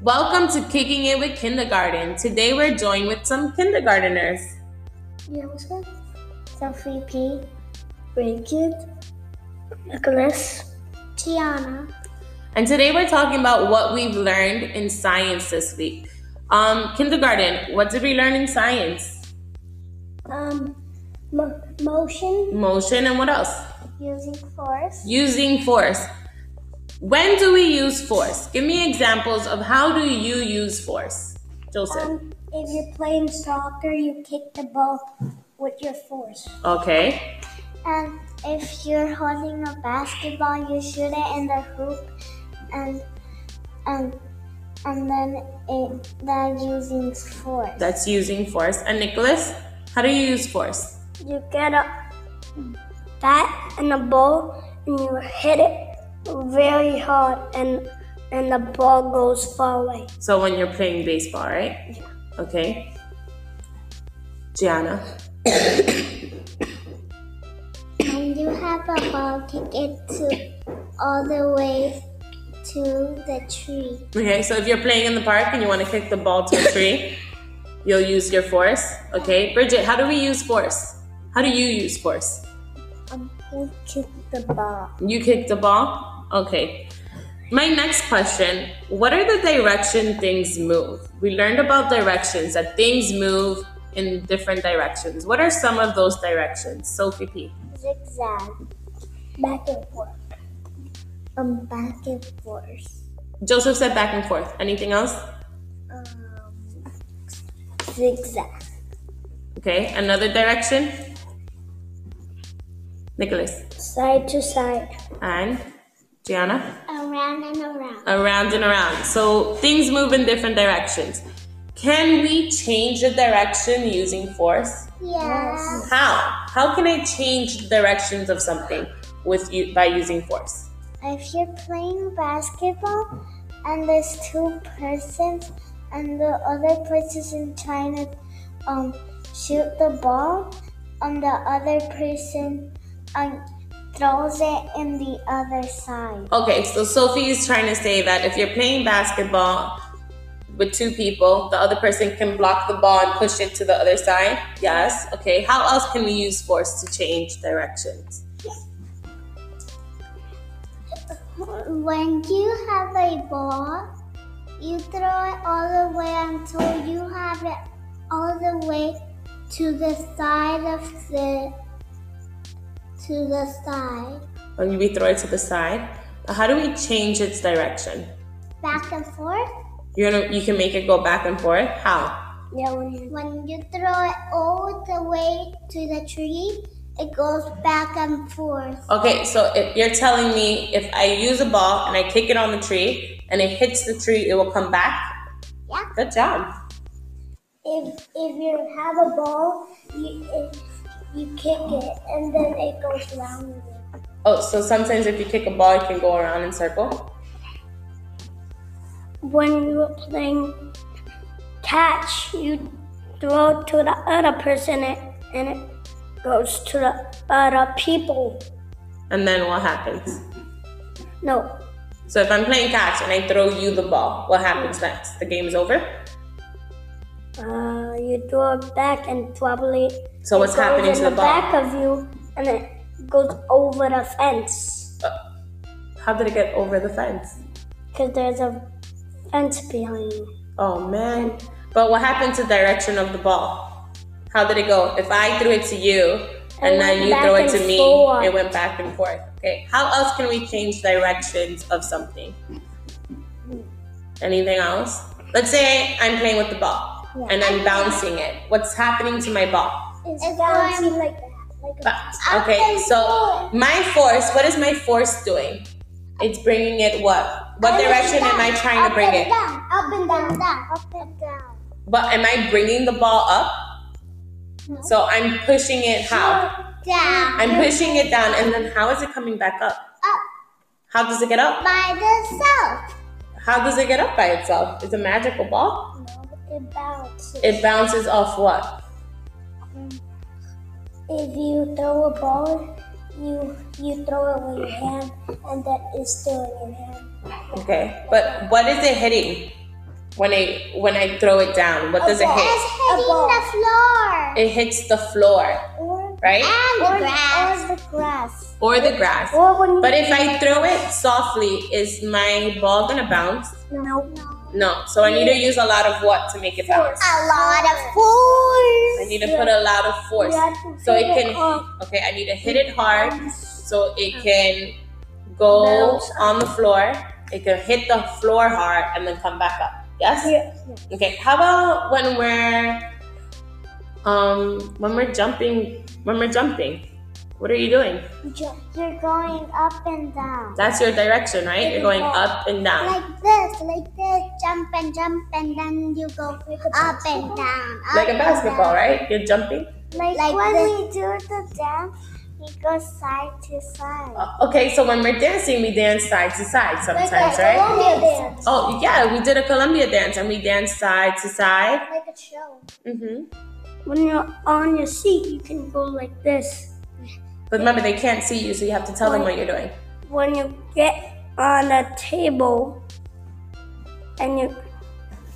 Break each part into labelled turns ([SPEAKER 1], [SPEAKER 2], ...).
[SPEAKER 1] Welcome to Kicking It with Kindergarten. Today we're joined with some kindergarteners.
[SPEAKER 2] Yeah, what's that? Sophie P. Bridget. Nicholas. Tiana.
[SPEAKER 1] And today we're talking about what we've learned in science this week. Um, kindergarten, what did we learn in science?
[SPEAKER 2] Um, mo- motion.
[SPEAKER 1] Motion and what else?
[SPEAKER 2] Using force.
[SPEAKER 1] Using force. When do we use force? Give me examples of how do you use force, Joseph?
[SPEAKER 2] Um, if you're playing soccer, you kick the ball with your force.
[SPEAKER 1] Okay.
[SPEAKER 2] And if you're holding a basketball, you shoot it in the hoop, and and and then it that using force.
[SPEAKER 1] That's using force. And Nicholas, how do you use force?
[SPEAKER 2] You get a bat and a ball and you hit it very hard and and the ball goes far away.
[SPEAKER 1] So when you're playing baseball, right?
[SPEAKER 2] Yeah.
[SPEAKER 1] Okay. Gianna.
[SPEAKER 2] And you have a ball to get to all the way to the tree.
[SPEAKER 1] Okay, so if you're playing in the park and you want to kick the ball to a tree, you'll use your force. Okay, Bridget, how do we use force? How do you use force?
[SPEAKER 2] Um, you kick the ball.
[SPEAKER 1] You kick the ball? Okay. My next question What are the direction things move? We learned about directions, that things move in different directions. What are some of those directions? Sophie P.
[SPEAKER 2] Zigzag. Back and forth. Um back and forth.
[SPEAKER 1] Joseph said back and forth. Anything else?
[SPEAKER 2] Um zigzag.
[SPEAKER 1] Okay, another direction. Nicholas
[SPEAKER 2] Side to side.
[SPEAKER 1] and Gianna.
[SPEAKER 2] Around and around.
[SPEAKER 1] Around and around. So things move in different directions. Can we change the direction using force?
[SPEAKER 2] Yes.
[SPEAKER 1] How? How can I change directions of something with you by using force?
[SPEAKER 2] If you're playing basketball and there's two persons and the other person is trying to um, shoot the ball, and the other person um, throws it in the other side.
[SPEAKER 1] Okay, so Sophie is trying to say that if you're playing basketball with two people, the other person can block the ball and push it to the other side. Yes. Okay. How else can we use force to change directions?
[SPEAKER 2] When you have a ball, you throw it all the way until you have it all the way to the side of the to the side.
[SPEAKER 1] When we throw it to the side, how do we change its direction?
[SPEAKER 2] back and forth.
[SPEAKER 1] You're gonna, you can make it go back and forth. How?
[SPEAKER 2] Yeah, when you, throw it all the way to the tree, it goes back and forth.
[SPEAKER 1] Okay, so if you're telling me if I use a ball and I kick it on the tree and it hits the tree, it will come back.
[SPEAKER 2] Yeah.
[SPEAKER 1] Good job.
[SPEAKER 2] If if you have a ball, you it, you kick it and then it goes around with it.
[SPEAKER 1] Oh, so sometimes if you kick a ball, it can go around in circle.
[SPEAKER 2] When you were playing catch, you throw to the other person and and it goes to the other people.
[SPEAKER 1] And then what happens?
[SPEAKER 2] No,
[SPEAKER 1] So if I'm playing catch and I throw you the ball, what happens next? The game is over?
[SPEAKER 2] Uh, you throw it back and probably.
[SPEAKER 1] So what's
[SPEAKER 2] it goes
[SPEAKER 1] happening
[SPEAKER 2] in
[SPEAKER 1] to the ball?
[SPEAKER 2] back of you, and it goes over the fence
[SPEAKER 1] How did it get over the fence?
[SPEAKER 2] because there's a fence behind you.
[SPEAKER 1] Oh man. But what happened to direction of the ball? How did it go? If I threw it to you and
[SPEAKER 2] It
[SPEAKER 1] then
[SPEAKER 2] went
[SPEAKER 1] you throw
[SPEAKER 2] back
[SPEAKER 1] it to
[SPEAKER 2] and
[SPEAKER 1] me,
[SPEAKER 2] forth.
[SPEAKER 1] it went back and forth. Okay. How else can we change directions of something? Anything else? Let's say I'm playing with the ball
[SPEAKER 2] Yeah.
[SPEAKER 1] and I'm bouncing it. What's happening to my ball?
[SPEAKER 2] It's, bouncing like that,
[SPEAKER 1] Ba-
[SPEAKER 2] like
[SPEAKER 1] Okay, so my force, what is my force doing? It's bringing it what? What direction am I trying to bring it?
[SPEAKER 2] Down, up and down, down, up and down.
[SPEAKER 1] But am I bringing the ball up?
[SPEAKER 2] No.
[SPEAKER 1] So I'm pushing it how?
[SPEAKER 2] Down.
[SPEAKER 1] I'm pushing it down, and then how is it coming back up?
[SPEAKER 2] Up
[SPEAKER 1] How does it get up?
[SPEAKER 2] by itself.
[SPEAKER 1] How does it get up by itself? It's a magical ball.
[SPEAKER 2] No, it bounces.
[SPEAKER 1] It bounces off what?
[SPEAKER 2] If you throw a ball, you you throw it with your hand, and then it's still in your hand.
[SPEAKER 1] Okay, but what is it hitting? when I when I throw it down? What does it
[SPEAKER 2] It's
[SPEAKER 1] hit?
[SPEAKER 2] hitting the floor.
[SPEAKER 1] It hits the floor,
[SPEAKER 2] Or,
[SPEAKER 1] right?
[SPEAKER 2] or, or the grass.
[SPEAKER 1] Or the grass.
[SPEAKER 2] Or when you
[SPEAKER 1] But if I throw it softly, is my ball gonna bounce?
[SPEAKER 2] no.
[SPEAKER 1] No. So I need to use a lot of what to make it bounce?
[SPEAKER 2] A lot of force.
[SPEAKER 1] I need to put a lot of force. So it can okay, I need to hit it hard so it can go
[SPEAKER 2] Bounce
[SPEAKER 1] on the floor. It can hit the floor hard and then come back up. Yes? Okay. How about when we're um when we're jumping when we're jumping? What are you doing?
[SPEAKER 2] You're going up and down.
[SPEAKER 1] That's your direction, right? You're going up and down.
[SPEAKER 2] Like this, like this, jump and jump, and then you go up and down. up
[SPEAKER 1] Like a
[SPEAKER 2] and
[SPEAKER 1] basketball,
[SPEAKER 2] down.
[SPEAKER 1] right? You're jumping.
[SPEAKER 2] Like, when we do the dance, we go side to side.
[SPEAKER 1] Uh, Okay, so when we're dancing, we dance side to side sometimes, right?
[SPEAKER 2] dance.
[SPEAKER 1] Oh yeah, we did a Columbia dance and we danced side to side.
[SPEAKER 2] Like a show.
[SPEAKER 1] hmm
[SPEAKER 3] When you're on your seat, you can go like this.
[SPEAKER 1] But remember, they can't see you, so you have to tell them what you're doing.
[SPEAKER 3] When you get on a table and you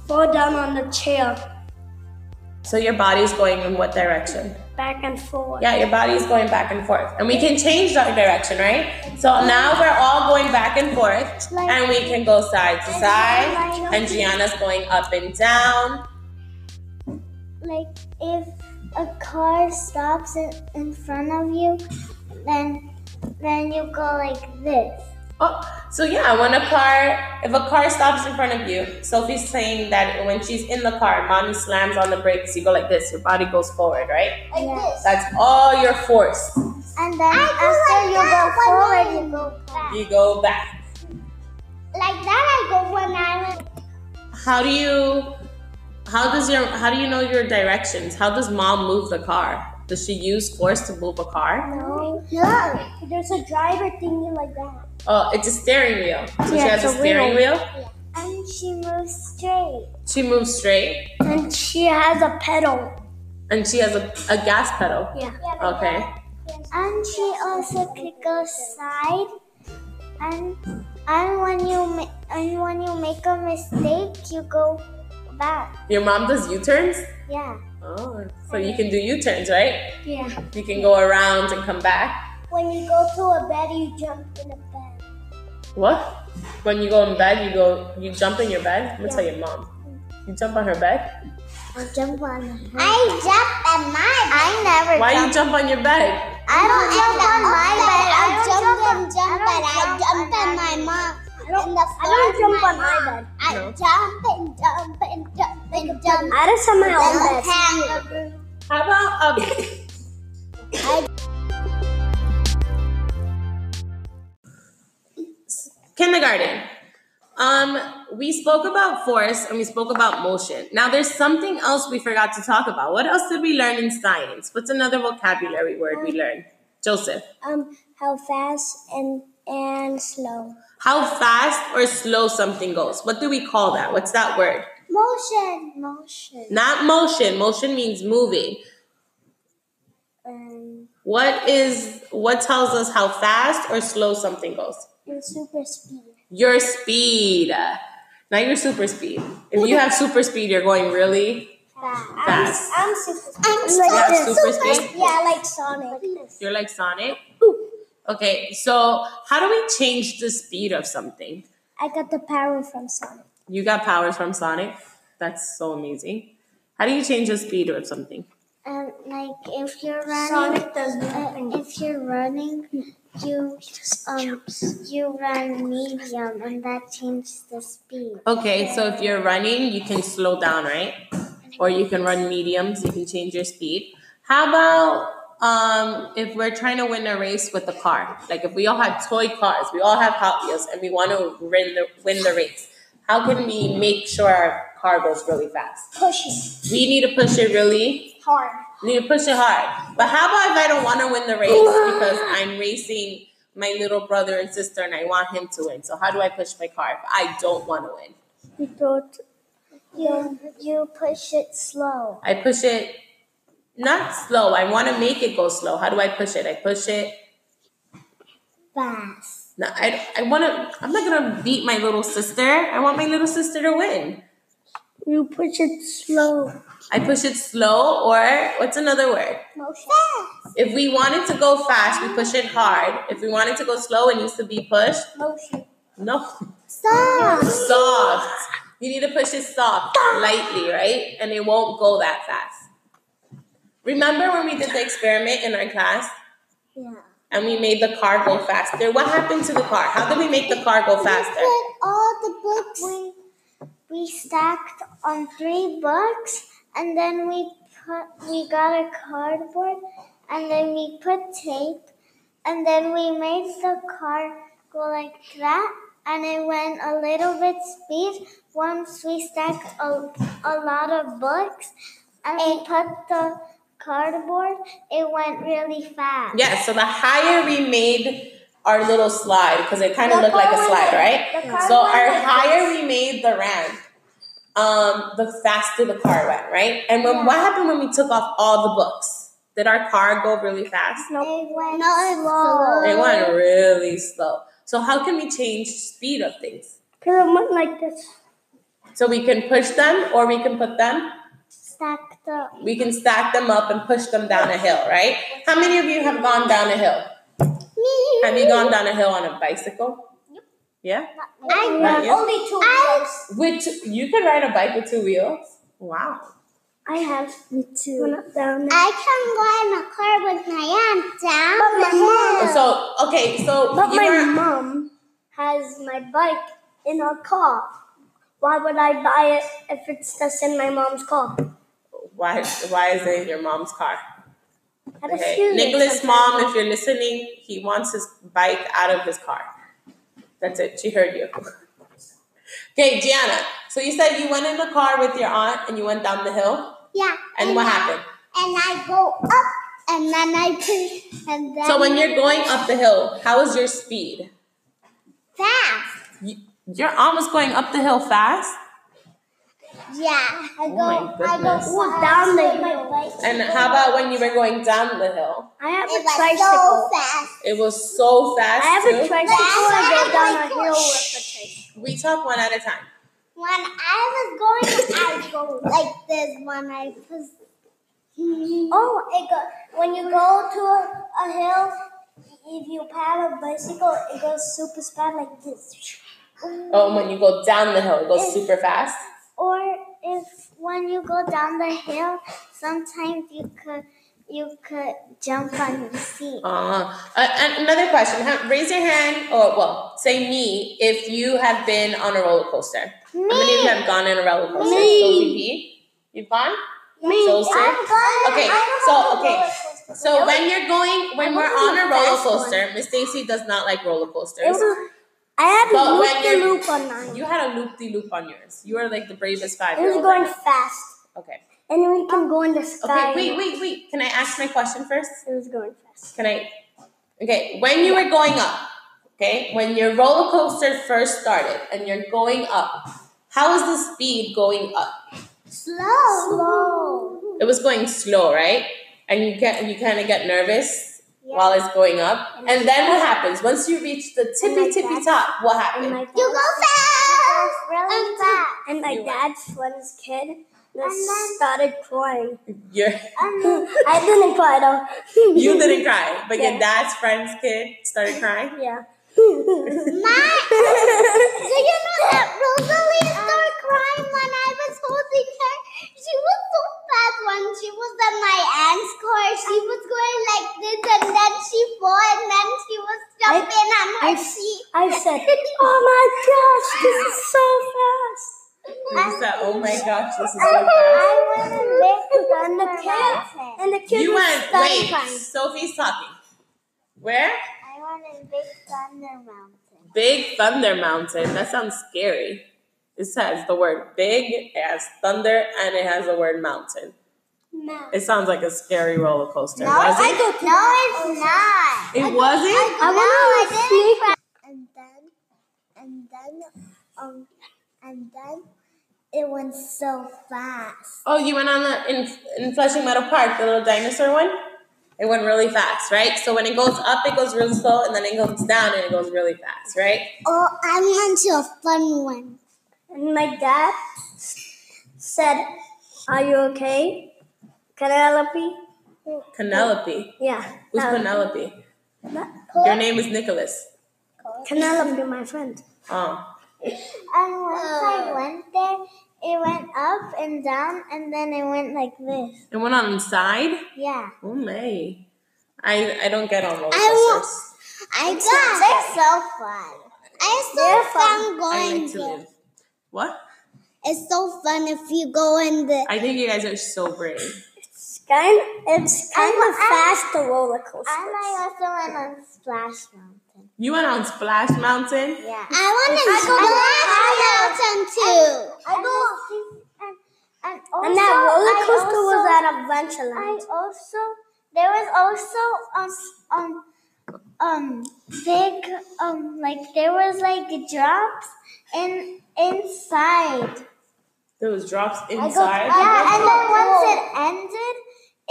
[SPEAKER 3] fall down on the chair,
[SPEAKER 1] So your body's going in what direction?
[SPEAKER 3] back and forth.
[SPEAKER 1] Yeah, your body's going back and forth, and we can change our direction, right? So now we're all going back and forth, and we can go side to side, and Gianna's going up and down.
[SPEAKER 2] Like if a car stops in, in front of you, then then you go like this.
[SPEAKER 1] Oh, so yeah, when a car, if a car stops in front of you, Sophie's saying that when she's in the car, mommy slams on the brakes, you go like this, your body goes forward, right?
[SPEAKER 2] Like this.
[SPEAKER 1] That's all your force.
[SPEAKER 2] And then after you go forward, you go back.
[SPEAKER 1] You go back.
[SPEAKER 2] Like that I go when I'm
[SPEAKER 1] How do you, how does your, how do you know your directions? How does mom move the car? Does she use force to move a car?
[SPEAKER 2] No. No. There's a driver thingy like that.
[SPEAKER 1] Oh, it's a steering wheel. So
[SPEAKER 3] Yeah,
[SPEAKER 1] she has
[SPEAKER 3] it's
[SPEAKER 1] a
[SPEAKER 3] a
[SPEAKER 1] steering wheel.
[SPEAKER 2] And she moves straight.
[SPEAKER 1] She moves straight,
[SPEAKER 3] And she has a pedal.
[SPEAKER 1] and she has a, a gas pedal.
[SPEAKER 3] Yeah.
[SPEAKER 1] Okay.
[SPEAKER 2] And she also could go side. And and when you ma- and when you make a mistake, you go back.
[SPEAKER 1] Your mom does U-turns.
[SPEAKER 2] Yeah.
[SPEAKER 1] Oh, so you can do U-turns, right?
[SPEAKER 3] Yeah.
[SPEAKER 1] You can go around and come back.
[SPEAKER 2] When you go to a bed, you jump in a bed.
[SPEAKER 1] What? When you go in bed, you go, you jump in your bed. I'm gonna tell your mom. You jump on her bed.
[SPEAKER 2] I jump on. I jump on my. Bed. Mm-hmm. I never.
[SPEAKER 1] Why you jump on your bed?
[SPEAKER 2] I don't jump on my bed. I jump and jump and I jump on my mom. I don't,
[SPEAKER 3] I don't jump on my bed.
[SPEAKER 2] I
[SPEAKER 1] No.
[SPEAKER 2] jump and jump and jump and jump.
[SPEAKER 3] I just on my own
[SPEAKER 2] Like a
[SPEAKER 3] bed.
[SPEAKER 2] kangaroo.
[SPEAKER 1] How about um? Kindergarten. Um, we spoke about force and we spoke about motion. Now there's something else we forgot to talk about. What else did we learn in science? What's another vocabulary word we learned? Joseph.
[SPEAKER 3] Um, how fast and and slow.
[SPEAKER 1] How fast or slow something goes. What do we call that? What's that word?
[SPEAKER 2] Motion. Motion.
[SPEAKER 1] Not motion. Motion means moving.
[SPEAKER 2] Um,
[SPEAKER 1] What is what tells us how fast or slow something goes?
[SPEAKER 2] your super speed.
[SPEAKER 1] Your speed. Not your super speed. If you have super speed, you're going really
[SPEAKER 2] Fast.
[SPEAKER 1] fast.
[SPEAKER 3] I'm super.
[SPEAKER 2] I'm
[SPEAKER 1] like Yeah, this. super speed?
[SPEAKER 2] Yeah, like Sonic.
[SPEAKER 1] You're like Sonic. Okay, so how do we change the speed of something?
[SPEAKER 3] I got the power from Sonic.
[SPEAKER 1] You got powers from Sonic. That's so amazing. How do you change the speed of something?
[SPEAKER 2] Um, like if you're running,
[SPEAKER 3] Sonic does nothing.
[SPEAKER 2] uh, if you're running, you um, you run medium, and that changes the speed.
[SPEAKER 1] Okay, so if you're running, you can slow down, right? Or you can run medium, so you can change your speed. How about um, if we're trying to win a race with a car? Like if we all have toy cars, we all have Hot Wheels, and we want to win the, win the race, how can we make sure our car goes really fast?
[SPEAKER 2] Pushing
[SPEAKER 1] We need to push it really,
[SPEAKER 2] hard.
[SPEAKER 1] we need to push it hard. But how about if I don't want to win the race because I'm racing my little brother and sister and I want him to win? So how do I push my car if I don't want to win?
[SPEAKER 3] You throw it.
[SPEAKER 2] You you push it slow.
[SPEAKER 1] I push it not slow. I want to make it go slow. How do I push it? I push it.
[SPEAKER 2] Fast.
[SPEAKER 1] No, I, I want to. I'm not gonna beat my little sister. I want my little sister to win.
[SPEAKER 3] You push it slow.
[SPEAKER 1] I push it slow, or what's another word?
[SPEAKER 2] Motion.
[SPEAKER 1] If we wanted to go fast, we push it hard. If we wanted to go slow, it needs to be pushed.
[SPEAKER 2] Motion.
[SPEAKER 1] No,
[SPEAKER 2] Stop.
[SPEAKER 1] soft. You need to push it soft, lightly, right? And it won't go that fast. Remember when we did the experiment in our class
[SPEAKER 2] Yeah.
[SPEAKER 1] and we made the car go faster? What happened to the car? How did we make the car go faster?
[SPEAKER 2] We put all the books we, we stacked on three books, and then we put we got a cardboard, and then we put tape, and then we made the car go like that, and it went a little bit speed. Once we stacked a, a lot of books, and we put the cardboard, it went really fast.
[SPEAKER 1] Yeah, so the higher we made our little slide, because it kind of
[SPEAKER 2] The
[SPEAKER 1] looked like a
[SPEAKER 2] car
[SPEAKER 1] slide,
[SPEAKER 2] went-
[SPEAKER 1] right?
[SPEAKER 2] the car
[SPEAKER 1] So
[SPEAKER 2] went
[SPEAKER 1] our
[SPEAKER 2] like
[SPEAKER 1] higher we made the ramp, um, the faster the car went, right? And when what happened when we took off all the books? Did our car go really fast?
[SPEAKER 2] It went slow.
[SPEAKER 1] It went really slow. So how can we change speed of things?
[SPEAKER 3] Cause it went like this.
[SPEAKER 1] So we can push them or we can put them,
[SPEAKER 2] Stacked up.
[SPEAKER 1] we can stack them up and push them down a hill, right? How many of you have gone down a hill? Have you gone down a hill on a bicycle? Yeah? Not yet?
[SPEAKER 2] only two wheels.
[SPEAKER 1] Which you can ride a bike with two wheels. Wow.
[SPEAKER 3] I have
[SPEAKER 2] Me
[SPEAKER 3] went
[SPEAKER 2] too.
[SPEAKER 3] up down.
[SPEAKER 2] I can go in a car with my aunt down
[SPEAKER 3] But my
[SPEAKER 2] the
[SPEAKER 3] mom-
[SPEAKER 2] hill.
[SPEAKER 1] Oh, So okay, so
[SPEAKER 3] But
[SPEAKER 1] you
[SPEAKER 3] my
[SPEAKER 1] were-
[SPEAKER 3] mom has my bike in her car. Why would I buy it if it's just in my mom's car?
[SPEAKER 1] why why is it in your mom's car?
[SPEAKER 3] I just
[SPEAKER 1] Okay.
[SPEAKER 3] use it
[SPEAKER 1] Nicholas'
[SPEAKER 3] sometimes.
[SPEAKER 1] mom, if you're listening, he wants his bike out of his car. That's it. She heard you. Okay, Gianna. So you said you went in the car with your aunt and you went down the hill.
[SPEAKER 2] Yeah.
[SPEAKER 1] And what
[SPEAKER 2] I-
[SPEAKER 1] happened?
[SPEAKER 2] And I go up, and then I push, and then
[SPEAKER 1] So when you're going up the hill, how is your speed?
[SPEAKER 2] fast,
[SPEAKER 1] You, your aunt was going up the hill fast.
[SPEAKER 2] yeah, I go,
[SPEAKER 1] Oh my
[SPEAKER 2] I go
[SPEAKER 1] goodness.
[SPEAKER 3] Ooh, down the
[SPEAKER 2] with my bike.
[SPEAKER 1] And how about when you were going down the hill?
[SPEAKER 3] I have
[SPEAKER 2] It
[SPEAKER 3] a
[SPEAKER 2] was
[SPEAKER 3] tricycle.
[SPEAKER 2] so fast.
[SPEAKER 1] It was so fast.
[SPEAKER 3] I have
[SPEAKER 1] too.
[SPEAKER 3] a tricycle. I go down a
[SPEAKER 2] That's what I
[SPEAKER 3] hill
[SPEAKER 2] like.
[SPEAKER 3] with a tricycle.
[SPEAKER 1] We talk one at a time.
[SPEAKER 2] When I was going, I go like this. When I was,
[SPEAKER 3] Oh, it go, when you go to a, a hill, if you paddle a bicycle, it goes super fast like this.
[SPEAKER 1] Oh, and when you go down the hill, it goes super fast.
[SPEAKER 2] or if when you go down the hill, sometimes you could you could jump on your seat.
[SPEAKER 1] Uh, a- another question. Ha- Raise your hand, or well, say me if you have been on a roller coaster. How many of you have gone on a roller coaster?
[SPEAKER 3] Me.
[SPEAKER 1] Sophie P? You've gone? Me. Joseph? Okay, so, okay. So when you're going, when
[SPEAKER 3] I
[SPEAKER 1] we're
[SPEAKER 3] wasn't
[SPEAKER 1] on
[SPEAKER 3] the
[SPEAKER 1] a roller
[SPEAKER 3] fast
[SPEAKER 1] coaster, Miss Stacy does not like roller
[SPEAKER 3] It
[SPEAKER 1] coasters.
[SPEAKER 3] was, I had
[SPEAKER 1] But
[SPEAKER 3] a
[SPEAKER 1] when
[SPEAKER 3] loop the
[SPEAKER 1] you're-
[SPEAKER 3] loop on mine.
[SPEAKER 1] You had a loop-de-loop on yours. You were like the bravest
[SPEAKER 3] It was
[SPEAKER 1] five-year-old.
[SPEAKER 3] going fast,
[SPEAKER 1] Okay.
[SPEAKER 3] and we can go in the sky.
[SPEAKER 1] Okay, wait, wait, wait. Can I ask my question first?
[SPEAKER 3] It was going fast.
[SPEAKER 1] Can I? Okay, when you were going up, okay, when your roller coaster first started and you're going up, how is the speed going up?
[SPEAKER 2] Slow.
[SPEAKER 3] Slow.
[SPEAKER 1] It was going slow, right? And you get you kind of get nervous while it's going up, and then what happens? Once you reach the tippy tippy top, what
[SPEAKER 3] And
[SPEAKER 1] happens?
[SPEAKER 3] my
[SPEAKER 2] You
[SPEAKER 3] dad,
[SPEAKER 2] go fast. Um,
[SPEAKER 3] really
[SPEAKER 2] fast.
[SPEAKER 3] and my
[SPEAKER 1] You-
[SPEAKER 3] dad when his kid
[SPEAKER 2] And then-
[SPEAKER 3] just started crying.
[SPEAKER 1] Your
[SPEAKER 2] And then
[SPEAKER 3] I didn't cry though.
[SPEAKER 1] you didn't cry, but your
[SPEAKER 3] Yeah.
[SPEAKER 1] dad's friend's kid started crying.
[SPEAKER 3] Yeah.
[SPEAKER 2] my. Do you know that Rosalie
[SPEAKER 3] Uh-huh.
[SPEAKER 2] started crying when I was holding her? She was so fast when she was at my aunt's car. She was going like this, and then she fell, and then she was jumping on her
[SPEAKER 3] I-
[SPEAKER 2] seat.
[SPEAKER 3] I said, "Oh my gosh, this is so fast!"
[SPEAKER 1] You said, "Oh my gosh, this is
[SPEAKER 2] I
[SPEAKER 1] so fast."
[SPEAKER 2] went and licked
[SPEAKER 3] And the kid, and the kid
[SPEAKER 1] You
[SPEAKER 3] was
[SPEAKER 1] went.
[SPEAKER 3] started
[SPEAKER 1] Wait,
[SPEAKER 3] crying.
[SPEAKER 1] Sophie's talking. Where?
[SPEAKER 2] I want a big thunder mountain.
[SPEAKER 1] Big Thunder Mountain. That sounds scary. It says the word big, it has thunder, and it has the word mountain.
[SPEAKER 2] No.
[SPEAKER 1] It sounds like a scary roller coaster.
[SPEAKER 2] No,
[SPEAKER 1] was
[SPEAKER 2] I
[SPEAKER 1] it?
[SPEAKER 2] go no, it's not.
[SPEAKER 1] it wasn't?
[SPEAKER 2] I
[SPEAKER 3] wanna
[SPEAKER 2] no, I didn't cry. And then, and then, um, and then it went so fast.
[SPEAKER 1] Oh, you went on the in, in Flushing Meadow Park, the little dinosaur one? It went really fast, right? So when it goes up, it goes really slow, and then it goes down, and it goes really fast, right?
[SPEAKER 2] Oh, I went to a fun one.
[SPEAKER 3] And my dad s- said, Are you okay? Penelope?
[SPEAKER 1] Penelope.
[SPEAKER 3] Yeah.
[SPEAKER 1] Who's
[SPEAKER 3] no,
[SPEAKER 1] Penelope?
[SPEAKER 3] no,
[SPEAKER 1] Your name is Nicholas.
[SPEAKER 3] Penelope, my friend.
[SPEAKER 1] Oh.
[SPEAKER 2] And once I went there, it went up and down, and then it went like this.
[SPEAKER 1] It went on inside?
[SPEAKER 2] Yeah.
[SPEAKER 1] Oh my. I I don't get on roller
[SPEAKER 2] I won't-
[SPEAKER 1] coasters.
[SPEAKER 2] I got It's so fun. It's so fun
[SPEAKER 1] I like
[SPEAKER 2] going
[SPEAKER 1] to
[SPEAKER 2] there.
[SPEAKER 1] live. What?
[SPEAKER 2] It's so fun if you go in the.
[SPEAKER 1] I think you guys are so brave.
[SPEAKER 3] It's kind, it's kind
[SPEAKER 2] I'm-
[SPEAKER 3] of
[SPEAKER 2] I'm-
[SPEAKER 3] fast the roller coaster.
[SPEAKER 2] also went on Splash Mountain.
[SPEAKER 1] You went on Splash Mountain?
[SPEAKER 2] Yeah. I want to
[SPEAKER 3] go to
[SPEAKER 2] Splash Mountain too.
[SPEAKER 3] I go-
[SPEAKER 2] And, and, also,
[SPEAKER 3] and that roller
[SPEAKER 2] I
[SPEAKER 3] coaster was
[SPEAKER 2] also-
[SPEAKER 3] at Adventureland.
[SPEAKER 2] I also there was also um um um big um like there was like drops in inside.
[SPEAKER 1] There was drops
[SPEAKER 2] Yeah,
[SPEAKER 1] inside.
[SPEAKER 2] and then once it ended,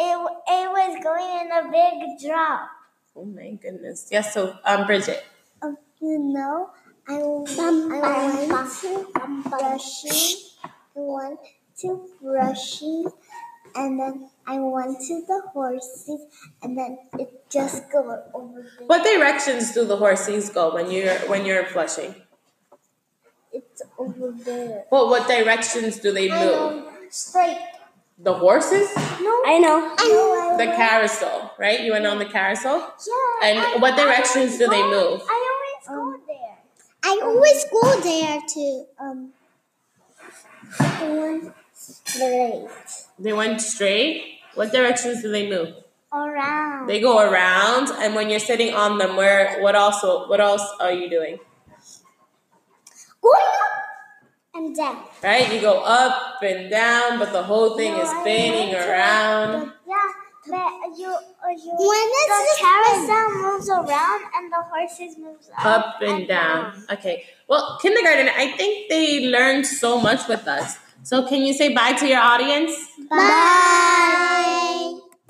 [SPEAKER 2] it it was going in a big drop.
[SPEAKER 1] Oh my goodness. Yes, so um Bridget.
[SPEAKER 2] Oh, you know, I, I went to brushing. I went to brushing, and then I went to the horses, and then it just goes over there.
[SPEAKER 1] What directions do the horses go when you're when you're flushing?
[SPEAKER 2] It's over there.
[SPEAKER 1] Well, what directions do they move?
[SPEAKER 2] straight.
[SPEAKER 1] The horses?
[SPEAKER 2] No,
[SPEAKER 3] I know.
[SPEAKER 2] I,
[SPEAKER 1] The carousel, right? You went on the carousel?
[SPEAKER 2] Yeah,
[SPEAKER 1] And
[SPEAKER 2] I-
[SPEAKER 1] what
[SPEAKER 2] I
[SPEAKER 1] directions
[SPEAKER 2] always
[SPEAKER 1] do they
[SPEAKER 2] go-
[SPEAKER 1] move?
[SPEAKER 2] I always go there. Um, I always go there too. Um, one straight.
[SPEAKER 1] They went straight. What directions do they move?
[SPEAKER 2] Around.
[SPEAKER 1] They go around, and when you're sitting on them, where what else? What else are you doing?
[SPEAKER 2] going up and down.
[SPEAKER 1] Right? You go up and down, but the whole thing is spinning around.
[SPEAKER 2] Yeah, but you, uh, you when the carousel moves around and the horses moves
[SPEAKER 1] up and down. Okay. Well, kindergarten, I think they learned so much with us. So, can you say bye to your audience?
[SPEAKER 2] Bye.